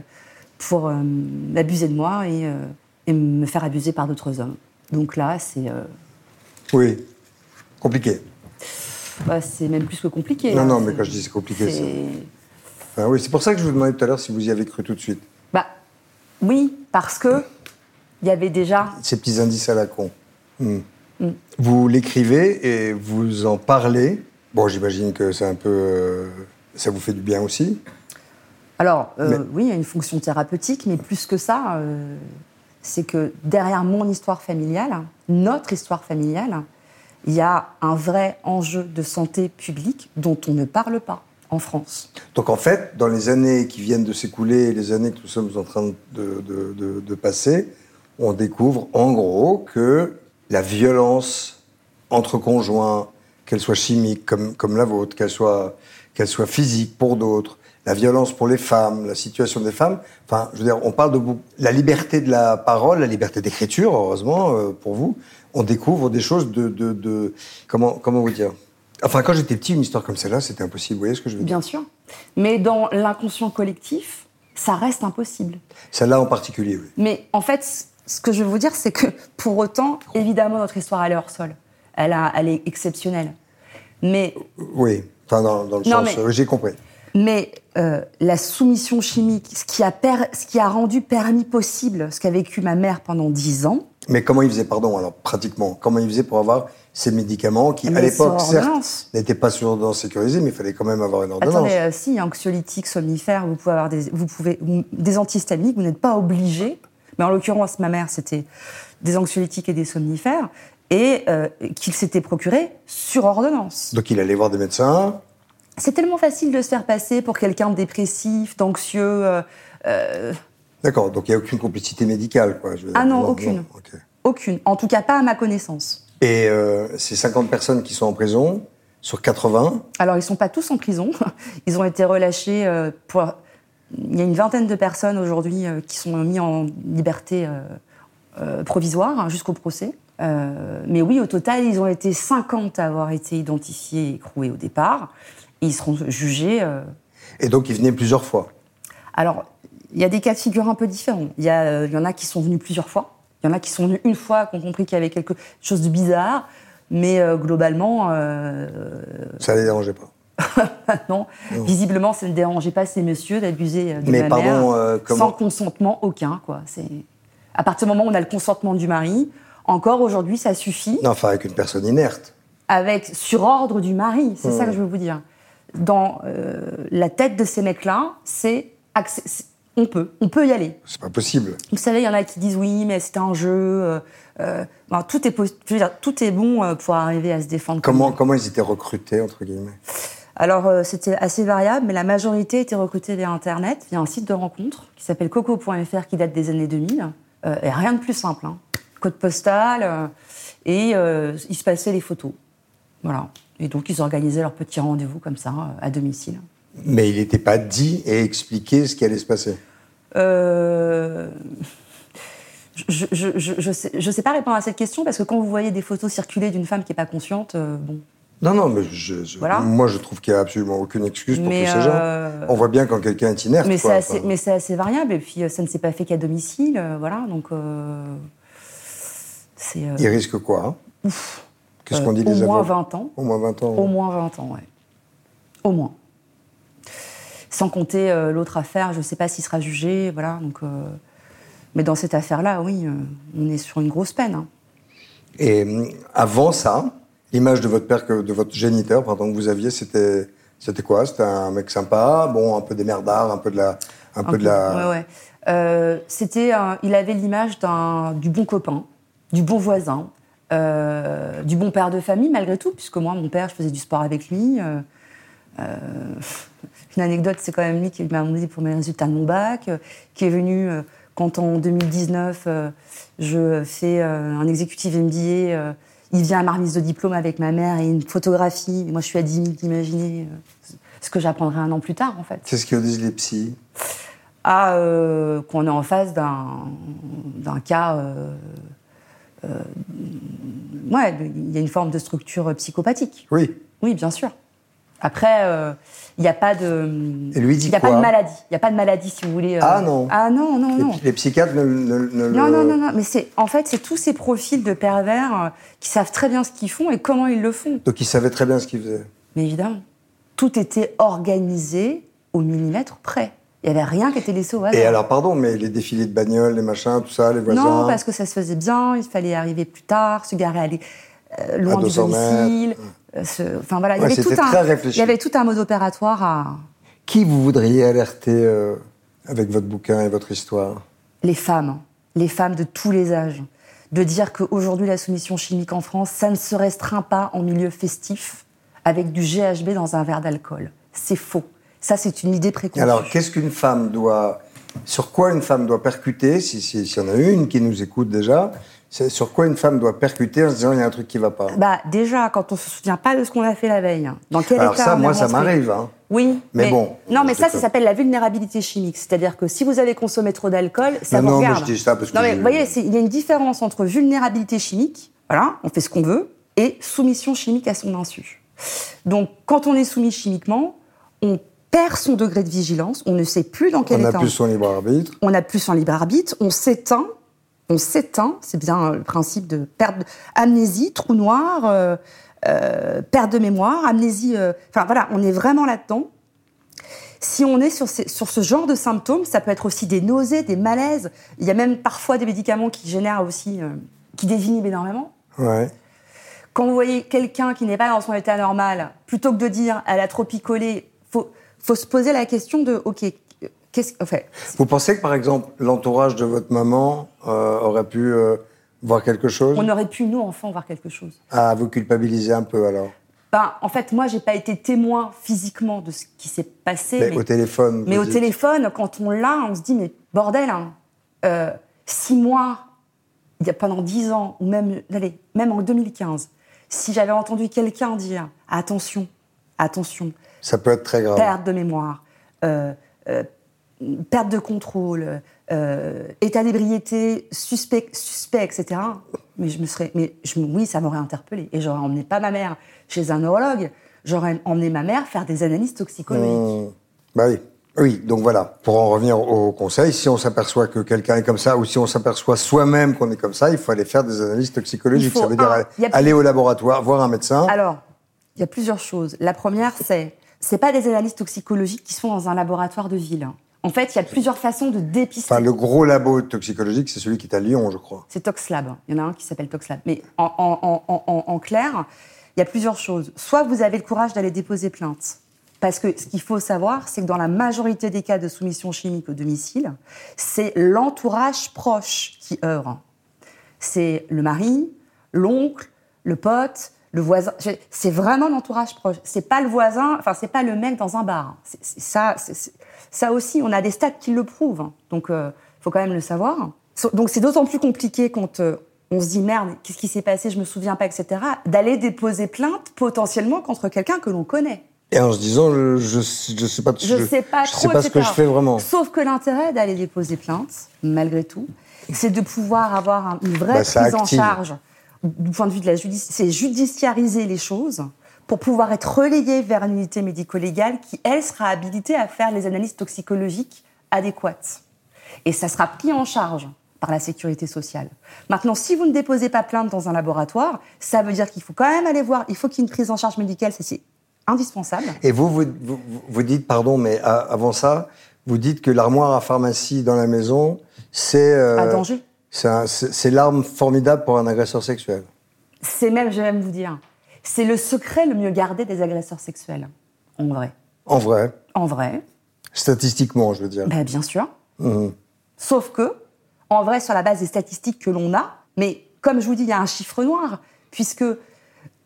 [SPEAKER 4] pour euh, abuser de moi et, euh, et me faire abuser par d'autres hommes. Donc là, c'est euh,
[SPEAKER 3] Oui. Compliqué.
[SPEAKER 4] bah, c'est même plus que compliqué.
[SPEAKER 3] Non,
[SPEAKER 4] là.
[SPEAKER 3] non, mais
[SPEAKER 4] C'est-
[SPEAKER 3] quand je dis c'est compliqué, ça.
[SPEAKER 4] c'est-
[SPEAKER 3] Enfin, oui, c'est pour ça que je vous demandais tout à l'heure si vous y avez cru tout de suite.
[SPEAKER 4] Bah, oui, parce que il y avait déjà
[SPEAKER 3] Ces petits indices à la con. Hmm. Vous l'écrivez et vous en parlez. Bon, j'imagine que c'est un peu. euh, ça vous fait du bien aussi.
[SPEAKER 4] Alors, euh,
[SPEAKER 3] Mais-
[SPEAKER 4] oui, il y a une fonction thérapeutique, mais plus que ça, euh, c'est que derrière mon histoire familiale, notre histoire familiale, il y a un vrai enjeu de santé publique dont on ne parle pas en France.
[SPEAKER 3] Donc en fait, dans les années qui viennent de s'écouler et les années que nous sommes en train de, de- de- de passer, on découvre en gros que la violence entre conjoints, qu'elle soit chimique comme, comme la vôtre, qu'elle soit, qu'elle soit physique pour d'autres, la violence pour les femmes, la situation des femmes, enfin, je veux dire, on parle de beaucoup- la liberté de la parole, la liberté d'écriture, heureusement, euh, pour vous, on découvre des choses de... de- de- comment, comment vous dire Enfin, quand j'étais petit, une histoire comme celle-là, c'était impossible, vous voyez ce que je veux dire
[SPEAKER 4] Bien sûr. Mais dans l'inconscient collectif, ça reste impossible.
[SPEAKER 3] Celle-là en particulier, oui.
[SPEAKER 4] Mais en fait, c- ce que je veux vous dire, c'est que pour autant, évidemment, notre histoire, elle est hors sol. Elle, a- elle est exceptionnelle. Mais
[SPEAKER 3] Oui, enfin dans, dans le
[SPEAKER 4] Non,
[SPEAKER 3] sens,
[SPEAKER 4] mais-
[SPEAKER 3] euh, j'ai compris.
[SPEAKER 4] Mais euh, la soumission chimique, ce qui, a per- ce qui a rendu permis possible ce qu'a vécu ma mère pendant dix ans,
[SPEAKER 3] Mais comment il faisait, pardon, alors pratiquement, comment il faisait pour avoir ces médicaments qui, à
[SPEAKER 4] Ah, Mais
[SPEAKER 3] l'époque,
[SPEAKER 4] sans
[SPEAKER 3] certes,
[SPEAKER 4] ordonnance.
[SPEAKER 3] n'étaient pas sur ordonnance sécurisée, mais il fallait quand même avoir une ordonnance.
[SPEAKER 4] attendez, euh, si, anxiolytique, somnifère, vous pouvez avoir des, vous pouvez, vous- des antihistaminiques, vous n'êtes pas obligé. Mais en l'occurrence, ma mère, c'était des anxiolytiques et des somnifères, et euh, qu'il s'était procuré sur ordonnance.
[SPEAKER 3] Donc il allait voir des médecins.
[SPEAKER 4] C'est tellement facile de se faire passer pour quelqu'un de dépressif, d'anxieux. euh,
[SPEAKER 3] D'accord, donc il n'y a aucune complicité médicale, quoi. je veux dire.
[SPEAKER 4] Ah non, aucune.
[SPEAKER 3] ok.
[SPEAKER 4] aucune. En tout cas, pas à ma connaissance.
[SPEAKER 3] Et euh, ces 50 personnes qui sont en prison, sur 80,
[SPEAKER 4] Alors, ils ne sont pas tous en prison. Ils ont été relâchés euh, pour. Il y a une vingtaine de personnes aujourd'hui euh, qui sont mises en liberté euh, euh, provisoire hein, jusqu'au procès. Euh, mais oui, au total, ils ont été 50 à avoir été identifiés et écroués au départ. Et ils seront jugés. euh,
[SPEAKER 3] et donc ils venaient plusieurs fois.
[SPEAKER 4] Alors, il y a des cas de figure un peu différents. Il y, a, euh, il y en a qui sont venus plusieurs fois. Il y en a qui sont venus une fois, qui ont compris qu'il y avait quelque chose de bizarre. Mais euh, globalement, euh,
[SPEAKER 3] Ça les dérangeait pas.
[SPEAKER 4] non. Visiblement, ça ne dérangeait pas ces messieurs d'abuser euh, de
[SPEAKER 3] Mais
[SPEAKER 4] ma
[SPEAKER 3] pardon,
[SPEAKER 4] mère,
[SPEAKER 3] euh, comment-
[SPEAKER 4] sans consentement aucun. Quoi. C'est à partir du moment où on a le consentement du mari, encore aujourd'hui, ça suffit
[SPEAKER 3] Non, enfin, avec une personne inerte.
[SPEAKER 4] avec sur ordre du mari. C'est
[SPEAKER 3] Mmh.
[SPEAKER 4] ça que je veux vous dire. Dans euh, la tête de ces mecs-là, c'est accé- c'est- on peut, on peut y aller.
[SPEAKER 3] C'est pas possible.
[SPEAKER 4] Vous savez, il y en a qui disent oui, mais c'était un jeu. euh, euh, ben, tout est poss- je veux dire, tout est bon euh, pour arriver à se défendre.
[SPEAKER 3] Comment, comment ils étaient recrutés, entre guillemets
[SPEAKER 4] Alors, euh, c'était assez variable, mais la majorité était recrutée via Internet, via un site de rencontre qui s'appelle coco.fr, qui date des années 2000. Euh, et rien de plus simple. hein. Code postal, euh, et euh, il se passait les photos. Voilà. Et donc, ils organisaient leurs petits rendez-vous comme ça, euh, à domicile.
[SPEAKER 3] Mais il n'était pas dit et expliqué ce qui allait se passer.
[SPEAKER 4] Euh, Je ne je, je- je sais, je sais pas répondre à cette question parce que quand vous voyez des photos circuler d'une femme qui n'est pas consciente, euh, bon.
[SPEAKER 3] Non, non, mais je, je-
[SPEAKER 4] Voilà.
[SPEAKER 3] moi, je trouve qu'il n'y a absolument aucune excuse pour
[SPEAKER 4] Mais,
[SPEAKER 3] tous ces gens.
[SPEAKER 4] euh,
[SPEAKER 3] On voit bien quand quelqu'un est inerte.
[SPEAKER 4] Mais
[SPEAKER 3] quoi,
[SPEAKER 4] c'est assez,
[SPEAKER 3] enfin.
[SPEAKER 4] mais c'est assez variable et puis euh, ça ne s'est pas fait qu'à domicile, euh, voilà. Donc euh, c'est euh,
[SPEAKER 3] Ils risquent quoi hein Qu'est-ce qu'on dit
[SPEAKER 4] au
[SPEAKER 3] les
[SPEAKER 4] moins
[SPEAKER 3] avocats
[SPEAKER 4] 20 ans,
[SPEAKER 3] Au moins 20 ans.
[SPEAKER 4] au moins 20 ans, ouais. Au moins. Sans compter euh, l'autre affaire, je ne sais pas s'il sera jugé, voilà. Donc, euh, mais dans cette affaire-là, oui, euh, on est sur une grosse peine. hein.
[SPEAKER 3] Et hum, avant ça, l'image de votre père, que, de votre géniteur, pardon, que vous aviez, c'était, c'était quoi C'était un mec sympa, bon, un peu des merdards, un peu de la, un peu de la.
[SPEAKER 4] Ouais, ouais. Euh, c'était, un- il avait l'image d'un, du bon copain, du bon voisin, euh, du bon père de famille malgré tout, puisque moi, mon père, je faisais du sport avec lui. euh, euh, une anecdote, c'est quand même lui qui m'a demandé pour mes résultats de mon bac, euh, qui est venu euh, quand en 2019, euh, je fais euh, un exécutif MBA. euh, il vient à ma remise de diplôme avec ma mère et une photographie. Et moi, je suis à 10 000 d'imaginer euh, ce que j'apprendrai un an plus tard, en fait
[SPEAKER 3] C'est ce que disent les psys.
[SPEAKER 4] à euh, qu'on est en face d'un d'un cas. euh, euh, ouais, il y a une forme de structure psychopathique.
[SPEAKER 3] Oui.
[SPEAKER 4] Oui, bien sûr. Après, euh, il n'y a pas de.
[SPEAKER 3] Et lui, il dit
[SPEAKER 4] Il n'y a
[SPEAKER 3] quoi
[SPEAKER 4] pas de maladie. Il n'y a pas de maladie, si vous voulez. euh,
[SPEAKER 3] Ah, non.
[SPEAKER 4] Ah non, non,
[SPEAKER 3] Les,
[SPEAKER 4] non.
[SPEAKER 3] psy- les psychiatres ne, ne- ne
[SPEAKER 4] Non,
[SPEAKER 3] le-
[SPEAKER 4] non, non, non. Mais c'est en fait, c'est tous ces profils de pervers euh, qui savent très bien ce qu'ils font et comment ils le font.
[SPEAKER 3] Donc ils savaient très bien ce qu'ils faisaient.
[SPEAKER 4] Mais évidemment, tout était organisé au millimètre près. Il n'y avait rien qui était laissé au hasard.
[SPEAKER 3] Et alors, pardon, mais les défilés de bagnoles, les machins, tout ça, les voisins.
[SPEAKER 4] Ah Non, parce que ça se faisait bien, il fallait arriver plus tard, se garer aller euh,
[SPEAKER 3] À
[SPEAKER 4] loin du
[SPEAKER 3] 200 mètres.
[SPEAKER 4] domicile. euh, se- Enfin voilà, il, y
[SPEAKER 3] Ouais,
[SPEAKER 4] avait tout
[SPEAKER 3] c'était très
[SPEAKER 4] un,
[SPEAKER 3] réfléchi.
[SPEAKER 4] il y avait tout un mode opératoire à
[SPEAKER 3] Qui vous voudriez alerter euh, avec votre bouquin et votre histoire
[SPEAKER 4] les femmes, les femmes de tous les âges, de dire qu'aujourd'hui la soumission chimique en France, ça ne se restreint pas en milieu festif avec du GHB dans un verre d'alcool. C'est faux. Ça, c'est une idée préconçue.
[SPEAKER 3] Alors, qu'est-ce qu'une femme doit. Sur quoi une femme doit percuter, si- si- s'il y en a une qui nous écoute déjà, c'est sur quoi une femme doit percuter en se disant il y a un truc qui va pas
[SPEAKER 4] bah, déjà, quand on se souvient pas de ce qu'on a fait la veille, hein, dans quel
[SPEAKER 3] Alors,
[SPEAKER 4] état
[SPEAKER 3] ça,
[SPEAKER 4] on est
[SPEAKER 3] moi, ça
[SPEAKER 4] rentré.
[SPEAKER 3] m'arrive. hein.
[SPEAKER 4] Oui,
[SPEAKER 3] Mais bon,
[SPEAKER 4] Non, mais
[SPEAKER 3] je
[SPEAKER 4] ça,
[SPEAKER 3] peux-
[SPEAKER 4] ça s'appelle la vulnérabilité chimique. C'est-à-dire que si vous avez consommé trop d'alcool, ça
[SPEAKER 3] Non,
[SPEAKER 4] vous
[SPEAKER 3] non, mais
[SPEAKER 4] regarde.
[SPEAKER 3] je dis ça parce que
[SPEAKER 4] Non, mais
[SPEAKER 3] je-
[SPEAKER 4] vous voyez, c'est- il y a une différence entre vulnérabilité chimique, voilà, on fait ce qu'on veut, et soumission chimique à son insu. Donc, quand on est soumis chimiquement, on perd son degré de vigilance, on ne sait plus dans quel
[SPEAKER 3] On a
[SPEAKER 4] état
[SPEAKER 3] plus son libre arbitre.
[SPEAKER 4] on n'a plus son libre arbitre, on s'éteint, on s'éteint, c'est bien le principe de perte, de- amnésie, trou noir, euh, euh, perte de mémoire, amnésie, euh, enfin voilà, on est vraiment là-dedans. Si on est sur, ces- sur ce genre de symptômes, ça peut être aussi des nausées, des malaises, il y a même parfois des médicaments qui génèrent aussi, euh, qui désinhibent énormément.
[SPEAKER 3] Ouais.
[SPEAKER 4] Quand vous voyez quelqu'un qui n'est pas dans son état normal, plutôt que de dire elle a trop picolé, faut, faut se poser la question de ok, qu'est-ce en fait,
[SPEAKER 3] Vous pensez que, par exemple, l'entourage de votre maman euh, aurait pu euh, voir quelque chose
[SPEAKER 4] on aurait pu nous enfants voir quelque chose.
[SPEAKER 3] Ah, vous culpabiliser un peu alors
[SPEAKER 4] Ben, en fait, moi, j'ai pas été témoin physiquement de ce qui s'est passé.
[SPEAKER 3] Mais, Ben, au téléphone.
[SPEAKER 4] mais
[SPEAKER 3] vous
[SPEAKER 4] au
[SPEAKER 3] dites.
[SPEAKER 4] téléphone, quand on l'a, on se dit, mais bordel, hein, euh, si moi, il y a pendant 10 ans, ou même, allez, même en 2015, si j'avais entendu quelqu'un dire, attention, attention,
[SPEAKER 3] Ça peut être très grave.
[SPEAKER 4] perte de mémoire, euh, euh, perte de contrôle, euh, état d'ébriété suspect, suspect, etc. Mais je me serais, mais je, me- oui, ça m'aurait interpellée. Et j'aurais emmené pas ma mère chez un neurologue. J'aurais emmené ma mère faire des analyses toxicologiques.
[SPEAKER 3] Mmh. Bah oui. Oui, donc voilà. Pour en revenir au conseil, si on s'aperçoit que quelqu'un est comme ça, ou si on s'aperçoit soi-même qu'on est comme ça, il faut aller faire des analyses toxicologiques.
[SPEAKER 4] Il faut
[SPEAKER 3] ça veut dire
[SPEAKER 4] un.
[SPEAKER 3] aller,
[SPEAKER 4] Il y a-
[SPEAKER 3] aller au laboratoire, voir un médecin.
[SPEAKER 4] Alors, il y a plusieurs choses. La première, c'est c'est pas des analyses toxicologiques qui sont dans un laboratoire de ville. En fait, il y a plusieurs façons de dépister.
[SPEAKER 3] Enfin, le gros labo toxicologique, c'est celui qui est à Lyon, je crois.
[SPEAKER 4] C'est Toxlab. Il y en a un qui s'appelle Toxlab. Mais en, en- en- en- en- en clair, il y a plusieurs choses. Soit vous avez le courage d'aller déposer plainte. Parce que ce qu'il faut savoir, c'est que dans la majorité des cas de soumission chimique au domicile, c'est l'entourage proche qui œuvre. C'est le mari, l'oncle, le pote, le voisin. C'est- C'est vraiment l'entourage proche. C'est pas le voisin, enfin, c'est pas le mec dans un bar. hein. C'est- c'est ça, c'est- c'est- ça aussi, on a des stats qui le prouvent. Donc, euh, faut quand même le savoir. So- Donc, c'est d'autant plus compliqué quand euh, on se dit merde, qu'est-ce qui s'est passé, je me souviens pas, etc. D'aller déposer plainte potentiellement contre quelqu'un que l'on connaît.
[SPEAKER 3] Et en se disant, je, je, je sais pas,
[SPEAKER 4] Je sais pas
[SPEAKER 3] je
[SPEAKER 4] trop.
[SPEAKER 3] sais pas ce que je
[SPEAKER 4] etc.
[SPEAKER 3] fais vraiment.
[SPEAKER 4] Sauf que l'intérêt d'aller déposer plainte, malgré tout, c'est de pouvoir avoir un- une vraie
[SPEAKER 3] Bah, ça
[SPEAKER 4] prise en
[SPEAKER 3] active.
[SPEAKER 4] charge du point de vue de la justice. C'est judiciariser les choses pour pouvoir être relayé vers une unité médico-légale qui, elle, sera habilitée à faire les analyses toxicologiques adéquates. Et ça sera pris en charge par la sécurité sociale. Maintenant, si vous ne déposez pas plainte dans un laboratoire, ça veut dire qu'il faut quand même aller voir, il faut qu'il y ait une prise en charge médicale, ça, c'est indispensable.
[SPEAKER 3] Et vous, vous, vous, vous dites, pardon, mais a- avant ça, vous dites que l'armoire à pharmacie dans la maison, c'est. euh,
[SPEAKER 4] À danger.
[SPEAKER 3] c'est un- C'est c'est l'arme formidable pour un agresseur sexuel.
[SPEAKER 4] C'est même, je vais même vous dire, c'est le secret le mieux gardé des agresseurs sexuels. En vrai.
[SPEAKER 3] En vrai,
[SPEAKER 4] En vrai,
[SPEAKER 3] statistiquement, je veux dire.
[SPEAKER 4] bah, bien sûr.
[SPEAKER 3] Mhm.
[SPEAKER 4] Sauf que, en vrai, sur la base des statistiques que l'on a, mais comme je vous dis, il y a un chiffre noir, puisque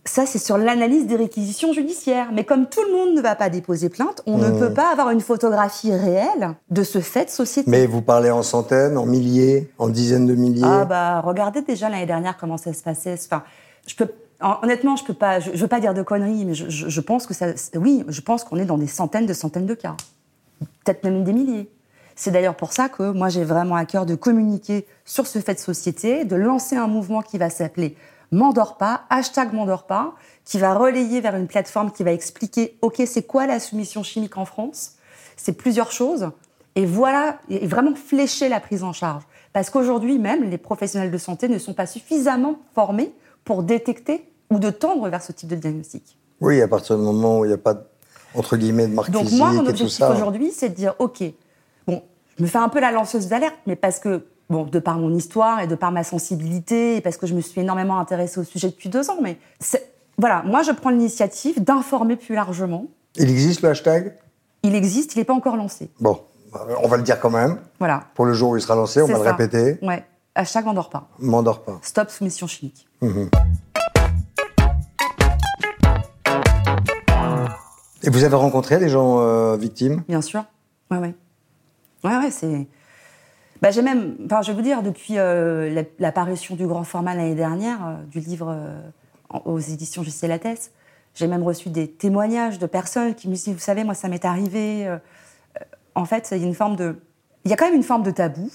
[SPEAKER 4] ça, c'est sur l'analyse des réquisitions judiciaires. Mais comme tout le monde ne va pas déposer plainte, on
[SPEAKER 3] Mhm.
[SPEAKER 4] ne peut pas avoir une photographie réelle de ce fait de société.
[SPEAKER 3] Mais vous parlez en centaines, en milliers, en dizaines de milliers.
[SPEAKER 4] Ah bah regardez déjà l'année dernière comment ça se passait. Enfin, je peux hon- honnêtement, je peux pas, je, je veux pas dire de conneries, mais je, je- je pense que ça, oui, je pense qu'on est dans des centaines de centaines de cas, peut-être même des milliers. C'est d'ailleurs pour ça que moi j'ai vraiment à cœur de communiquer sur ce fait de société, de lancer un mouvement qui va s'appeler M'endors pas, hashtag M'endors pas, qui va relayer vers une plateforme qui va expliquer, ok, c'est quoi la soumission chimique en France c'est plusieurs choses. Et voilà, et vraiment flécher la prise en charge. Parce qu'aujourd'hui même, les professionnels de santé ne sont pas suffisamment formés pour détecter ou de tendre vers ce type de diagnostic.
[SPEAKER 3] Oui, à partir du moment où il n'y a pas, de- entre guillemets, de marque
[SPEAKER 4] Donc
[SPEAKER 3] physique
[SPEAKER 4] moi, mon
[SPEAKER 3] et tout
[SPEAKER 4] objectif
[SPEAKER 3] ça.
[SPEAKER 4] aujourd'hui, c'est de dire, OK, bon, je me fais un peu la lanceuse d'alerte, mais parce que, bon, de par mon histoire et de par ma sensibilité, et parce que je me suis énormément intéressée au sujet depuis deux ans, mais c'est- voilà, moi, je prends l'initiative d'informer plus largement.
[SPEAKER 3] Il existe le hashtag
[SPEAKER 4] Il existe, il n'est pas encore lancé.
[SPEAKER 3] Bon, bah, on va le dire quand même.
[SPEAKER 4] Voilà.
[SPEAKER 3] Pour le jour où il sera lancé, on
[SPEAKER 4] C'est
[SPEAKER 3] va le
[SPEAKER 4] ça.
[SPEAKER 3] répéter.
[SPEAKER 4] Ouais. Hashtag M'endors pas.
[SPEAKER 3] M'endors pas.
[SPEAKER 4] Stop soumission chimique.
[SPEAKER 3] Et vous avez rencontré des gens euh, victimes
[SPEAKER 4] Bien sûr. Ouais, ouais. Ouais, ouais, c'est. Bah, j'ai même. Enfin, je vais vous dire, depuis euh, la, la parution du grand format l'année dernière, euh, du livre euh, en- aux éditions JC Lattès, j'ai même reçu des témoignages de personnes qui me disent Vous savez, moi, ça m'est arrivé. euh, euh, en fait, il y a une forme de. Il y a quand même une forme de tabou,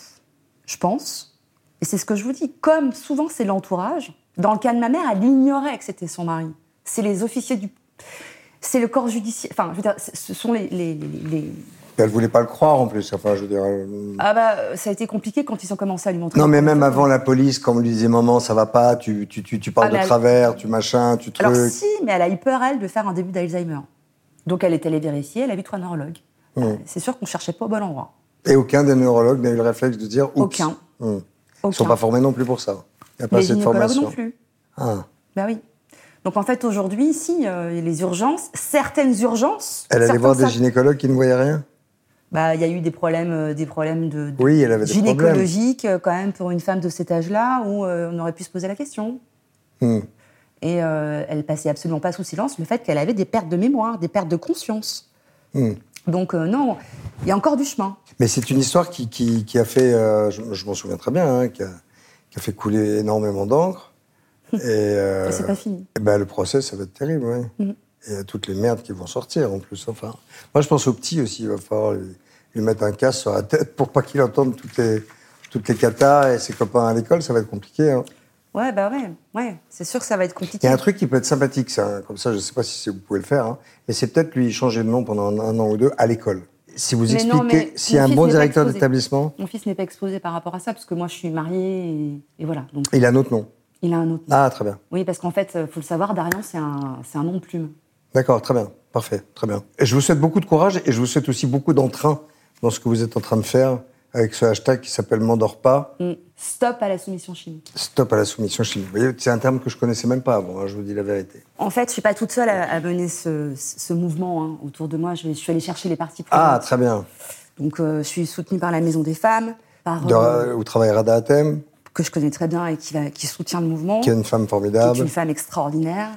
[SPEAKER 4] je pense. Et c'est ce que je vous dis. Comme souvent, c'est l'entourage. Dans le cas de ma mère, elle ignorait que c'était son mari. C'est les officiers du. C'est le corps judiciaire. Enfin, je veux dire, ce ce sont les- les- les- les,
[SPEAKER 3] Elle voulait pas le croire en plus. Enfin, je veux dire. elle-
[SPEAKER 4] ah bah, ça a été compliqué quand ils ont commencé à lui montrer.
[SPEAKER 3] Non, mais même avant la police, quand on lui disait maman, ça va pas, tu, tu, tu, tu parles
[SPEAKER 4] Ah, mais
[SPEAKER 3] de
[SPEAKER 4] elle-
[SPEAKER 3] travers, tu machin, tu truc.
[SPEAKER 4] Alors si, mais elle a eu peur, elle, de faire un début d'Alzheimer. Donc elle est allée vérifier, elle a vu trois neurologues. Euh, C'est sûr qu'on cherchait pas au bon endroit.
[SPEAKER 3] Et aucun des neurologues n'a eu le réflexe de dire Oups.
[SPEAKER 4] Aucun.
[SPEAKER 3] Hmm. Ils
[SPEAKER 4] Aucun.
[SPEAKER 3] sont pas formés non plus pour ça. Il n'y a pas
[SPEAKER 4] Les
[SPEAKER 3] assez de
[SPEAKER 4] gynécologues
[SPEAKER 3] formation.
[SPEAKER 4] non plus.
[SPEAKER 3] Ah.
[SPEAKER 4] Bah oui. Donc en fait, aujourd'hui, euh, ici, les urgences, certaines urgences...
[SPEAKER 3] Elle allait
[SPEAKER 4] certains
[SPEAKER 3] voir des
[SPEAKER 4] sac-
[SPEAKER 3] gynécologues qui ne voyaient rien
[SPEAKER 4] Bah, il y a eu des problèmes, euh, des problèmes de, de-
[SPEAKER 3] Oui, elle avait des problèmes.
[SPEAKER 4] gynécologiques, euh, quand même, pour une femme de cet âge-là, où euh, on aurait pu se poser la question.
[SPEAKER 3] Hmm.
[SPEAKER 4] Et euh, elle passait absolument pas sous silence le fait qu'elle avait des pertes de mémoire, des pertes de conscience.
[SPEAKER 3] Hmm.
[SPEAKER 4] Donc euh, non, il y a encore du chemin.
[SPEAKER 3] Mais c'est une histoire qui, qui, qui a fait, euh, je, je m'en souviens très bien, hein, qui, a, qui a fait couler énormément d'encre. Et, euh,
[SPEAKER 4] Et c'est pas fini.
[SPEAKER 3] eh ben, le procès, ça va être terrible, oui.
[SPEAKER 4] Mm.
[SPEAKER 3] Et à toutes les merdes qui vont sortir, en plus. Enfin, moi, je pense au petit aussi. Il va falloir lui, lui mettre un casque sur la tête pour pas qu'il entende toutes les, toutes les catas et ses copains à l'école. Ça va être compliqué. hein.
[SPEAKER 4] Ouais, bah ouais, ouais. C'est sûr que ça va être
[SPEAKER 3] Il
[SPEAKER 4] compliqué.
[SPEAKER 3] y a un truc qui peut être sympathique, ça, hein, comme ça, je ne sais pas si c'est- vous pouvez le faire, hein, mais c'est peut-être lui changer de nom pendant un, un an ou deux à l'école. si vous
[SPEAKER 4] Mais non, mais
[SPEAKER 3] expliquez, s'il y a
[SPEAKER 4] mon
[SPEAKER 3] un
[SPEAKER 4] fils
[SPEAKER 3] bon
[SPEAKER 4] n'est pas
[SPEAKER 3] directeur
[SPEAKER 4] exposé.
[SPEAKER 3] d'établissement,
[SPEAKER 4] Mon fils n'est pas exposé par rapport à ça, parce que moi, je suis mariée, et, et voilà. Donc,
[SPEAKER 3] il a un autre nom.
[SPEAKER 4] il a un autre nom.
[SPEAKER 3] Ah, très bien.
[SPEAKER 4] Oui, parce qu'en fait, euh, faut le savoir, Darian, c'est un, c'est un nom de plume.
[SPEAKER 3] D'accord, très bien. Parfait, très bien. Et je vous souhaite beaucoup de courage et je vous souhaite aussi beaucoup d'entrain dans ce que vous êtes en train de faire avec ce hashtag qui s'appelle M'endors pas,
[SPEAKER 4] Mm. Stop à la soumission chimique.
[SPEAKER 3] stop à la soumission chimique. Vous voyez, c'est un terme que je connaissais même pas avant, hein, je vous dis la vérité.
[SPEAKER 4] En fait, je suis pas toute seule à, à mener ce, ce mouvement hein. autour de moi. Je, je suis allée chercher les parties
[SPEAKER 3] Ah,
[SPEAKER 4] prenantes.
[SPEAKER 3] très bien.
[SPEAKER 4] Donc, euh, je suis soutenue par la Maison des Femmes, par,
[SPEAKER 3] De,
[SPEAKER 4] euh,
[SPEAKER 3] vous travaillez Rada Atem,
[SPEAKER 4] que je connais très bien et qui, va- qui soutient le mouvement.
[SPEAKER 3] qui est une femme
[SPEAKER 4] qui est
[SPEAKER 3] formidable.
[SPEAKER 4] une femme extraordinaire.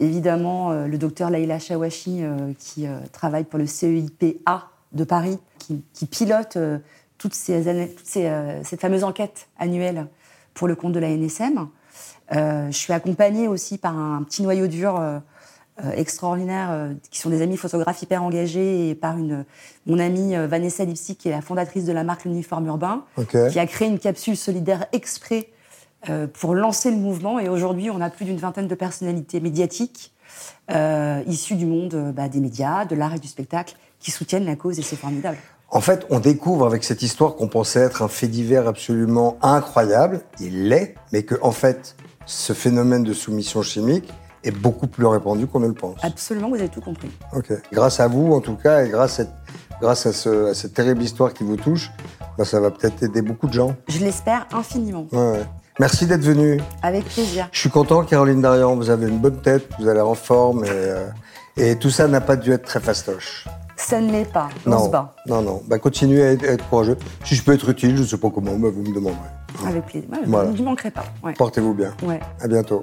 [SPEAKER 4] Évidemment, euh, le docteur Laila Chawashi, euh, qui euh, travaille pour le CEIPA de Paris, qui, qui pilote euh, toutes ces, années- toutes ces, euh, cette fameuse enquête annuelle pour le compte de la NSM. Euh, je suis accompagnée aussi par un petit noyau dur euh, euh, extraordinaire, euh, qui sont des amis photographes hyper engagés, et par une, mon amie euh, Vanessa Lipsy, qui est la fondatrice de la marque L'Uniforme Urbain,
[SPEAKER 3] Ok.
[SPEAKER 4] qui a créé une capsule solidaire exprès euh, pour lancer le mouvement. Et aujourd'hui, on a plus d'une vingtaine de personnalités médiatiques euh, issues du monde euh, bah, des médias, de l'art et du spectacle qui soutiennent la cause et c'est formidable.
[SPEAKER 3] En fait, on découvre avec cette histoire qu'on pensait être un fait divers absolument incroyable, il l'est, mais que en fait, ce phénomène de soumission chimique est beaucoup plus répandu qu'on ne le pense.
[SPEAKER 4] Absolument, vous avez tout compris.
[SPEAKER 3] Ok. Grâce à vous, en tout cas, et grâce à, grâce à, ce- à cette terrible histoire qui vous touche, bah, ça va peut-être aider beaucoup de gens.
[SPEAKER 4] Je l'espère infiniment.
[SPEAKER 3] Ouais, ouais. Merci d'être venu.
[SPEAKER 4] Avec plaisir.
[SPEAKER 3] Je suis content, Caroline Darian. Vous avez une bonne tête, vous allez en forme, et, euh, et tout ça n'a pas dû être très fastoche.
[SPEAKER 4] Ça ne l'est pas. On se
[SPEAKER 3] Non,
[SPEAKER 4] bat.
[SPEAKER 3] non, non. Bah, continuez à être, à être courageux. Si je peux être utile, je ne sais pas comment, mais vous me demanderez.
[SPEAKER 4] Avec plaisir. Ouais,
[SPEAKER 3] Voilà.
[SPEAKER 4] Je ne manquerai pas. Ouais.
[SPEAKER 3] Portez-vous bien.
[SPEAKER 4] Ouais.
[SPEAKER 3] À bientôt.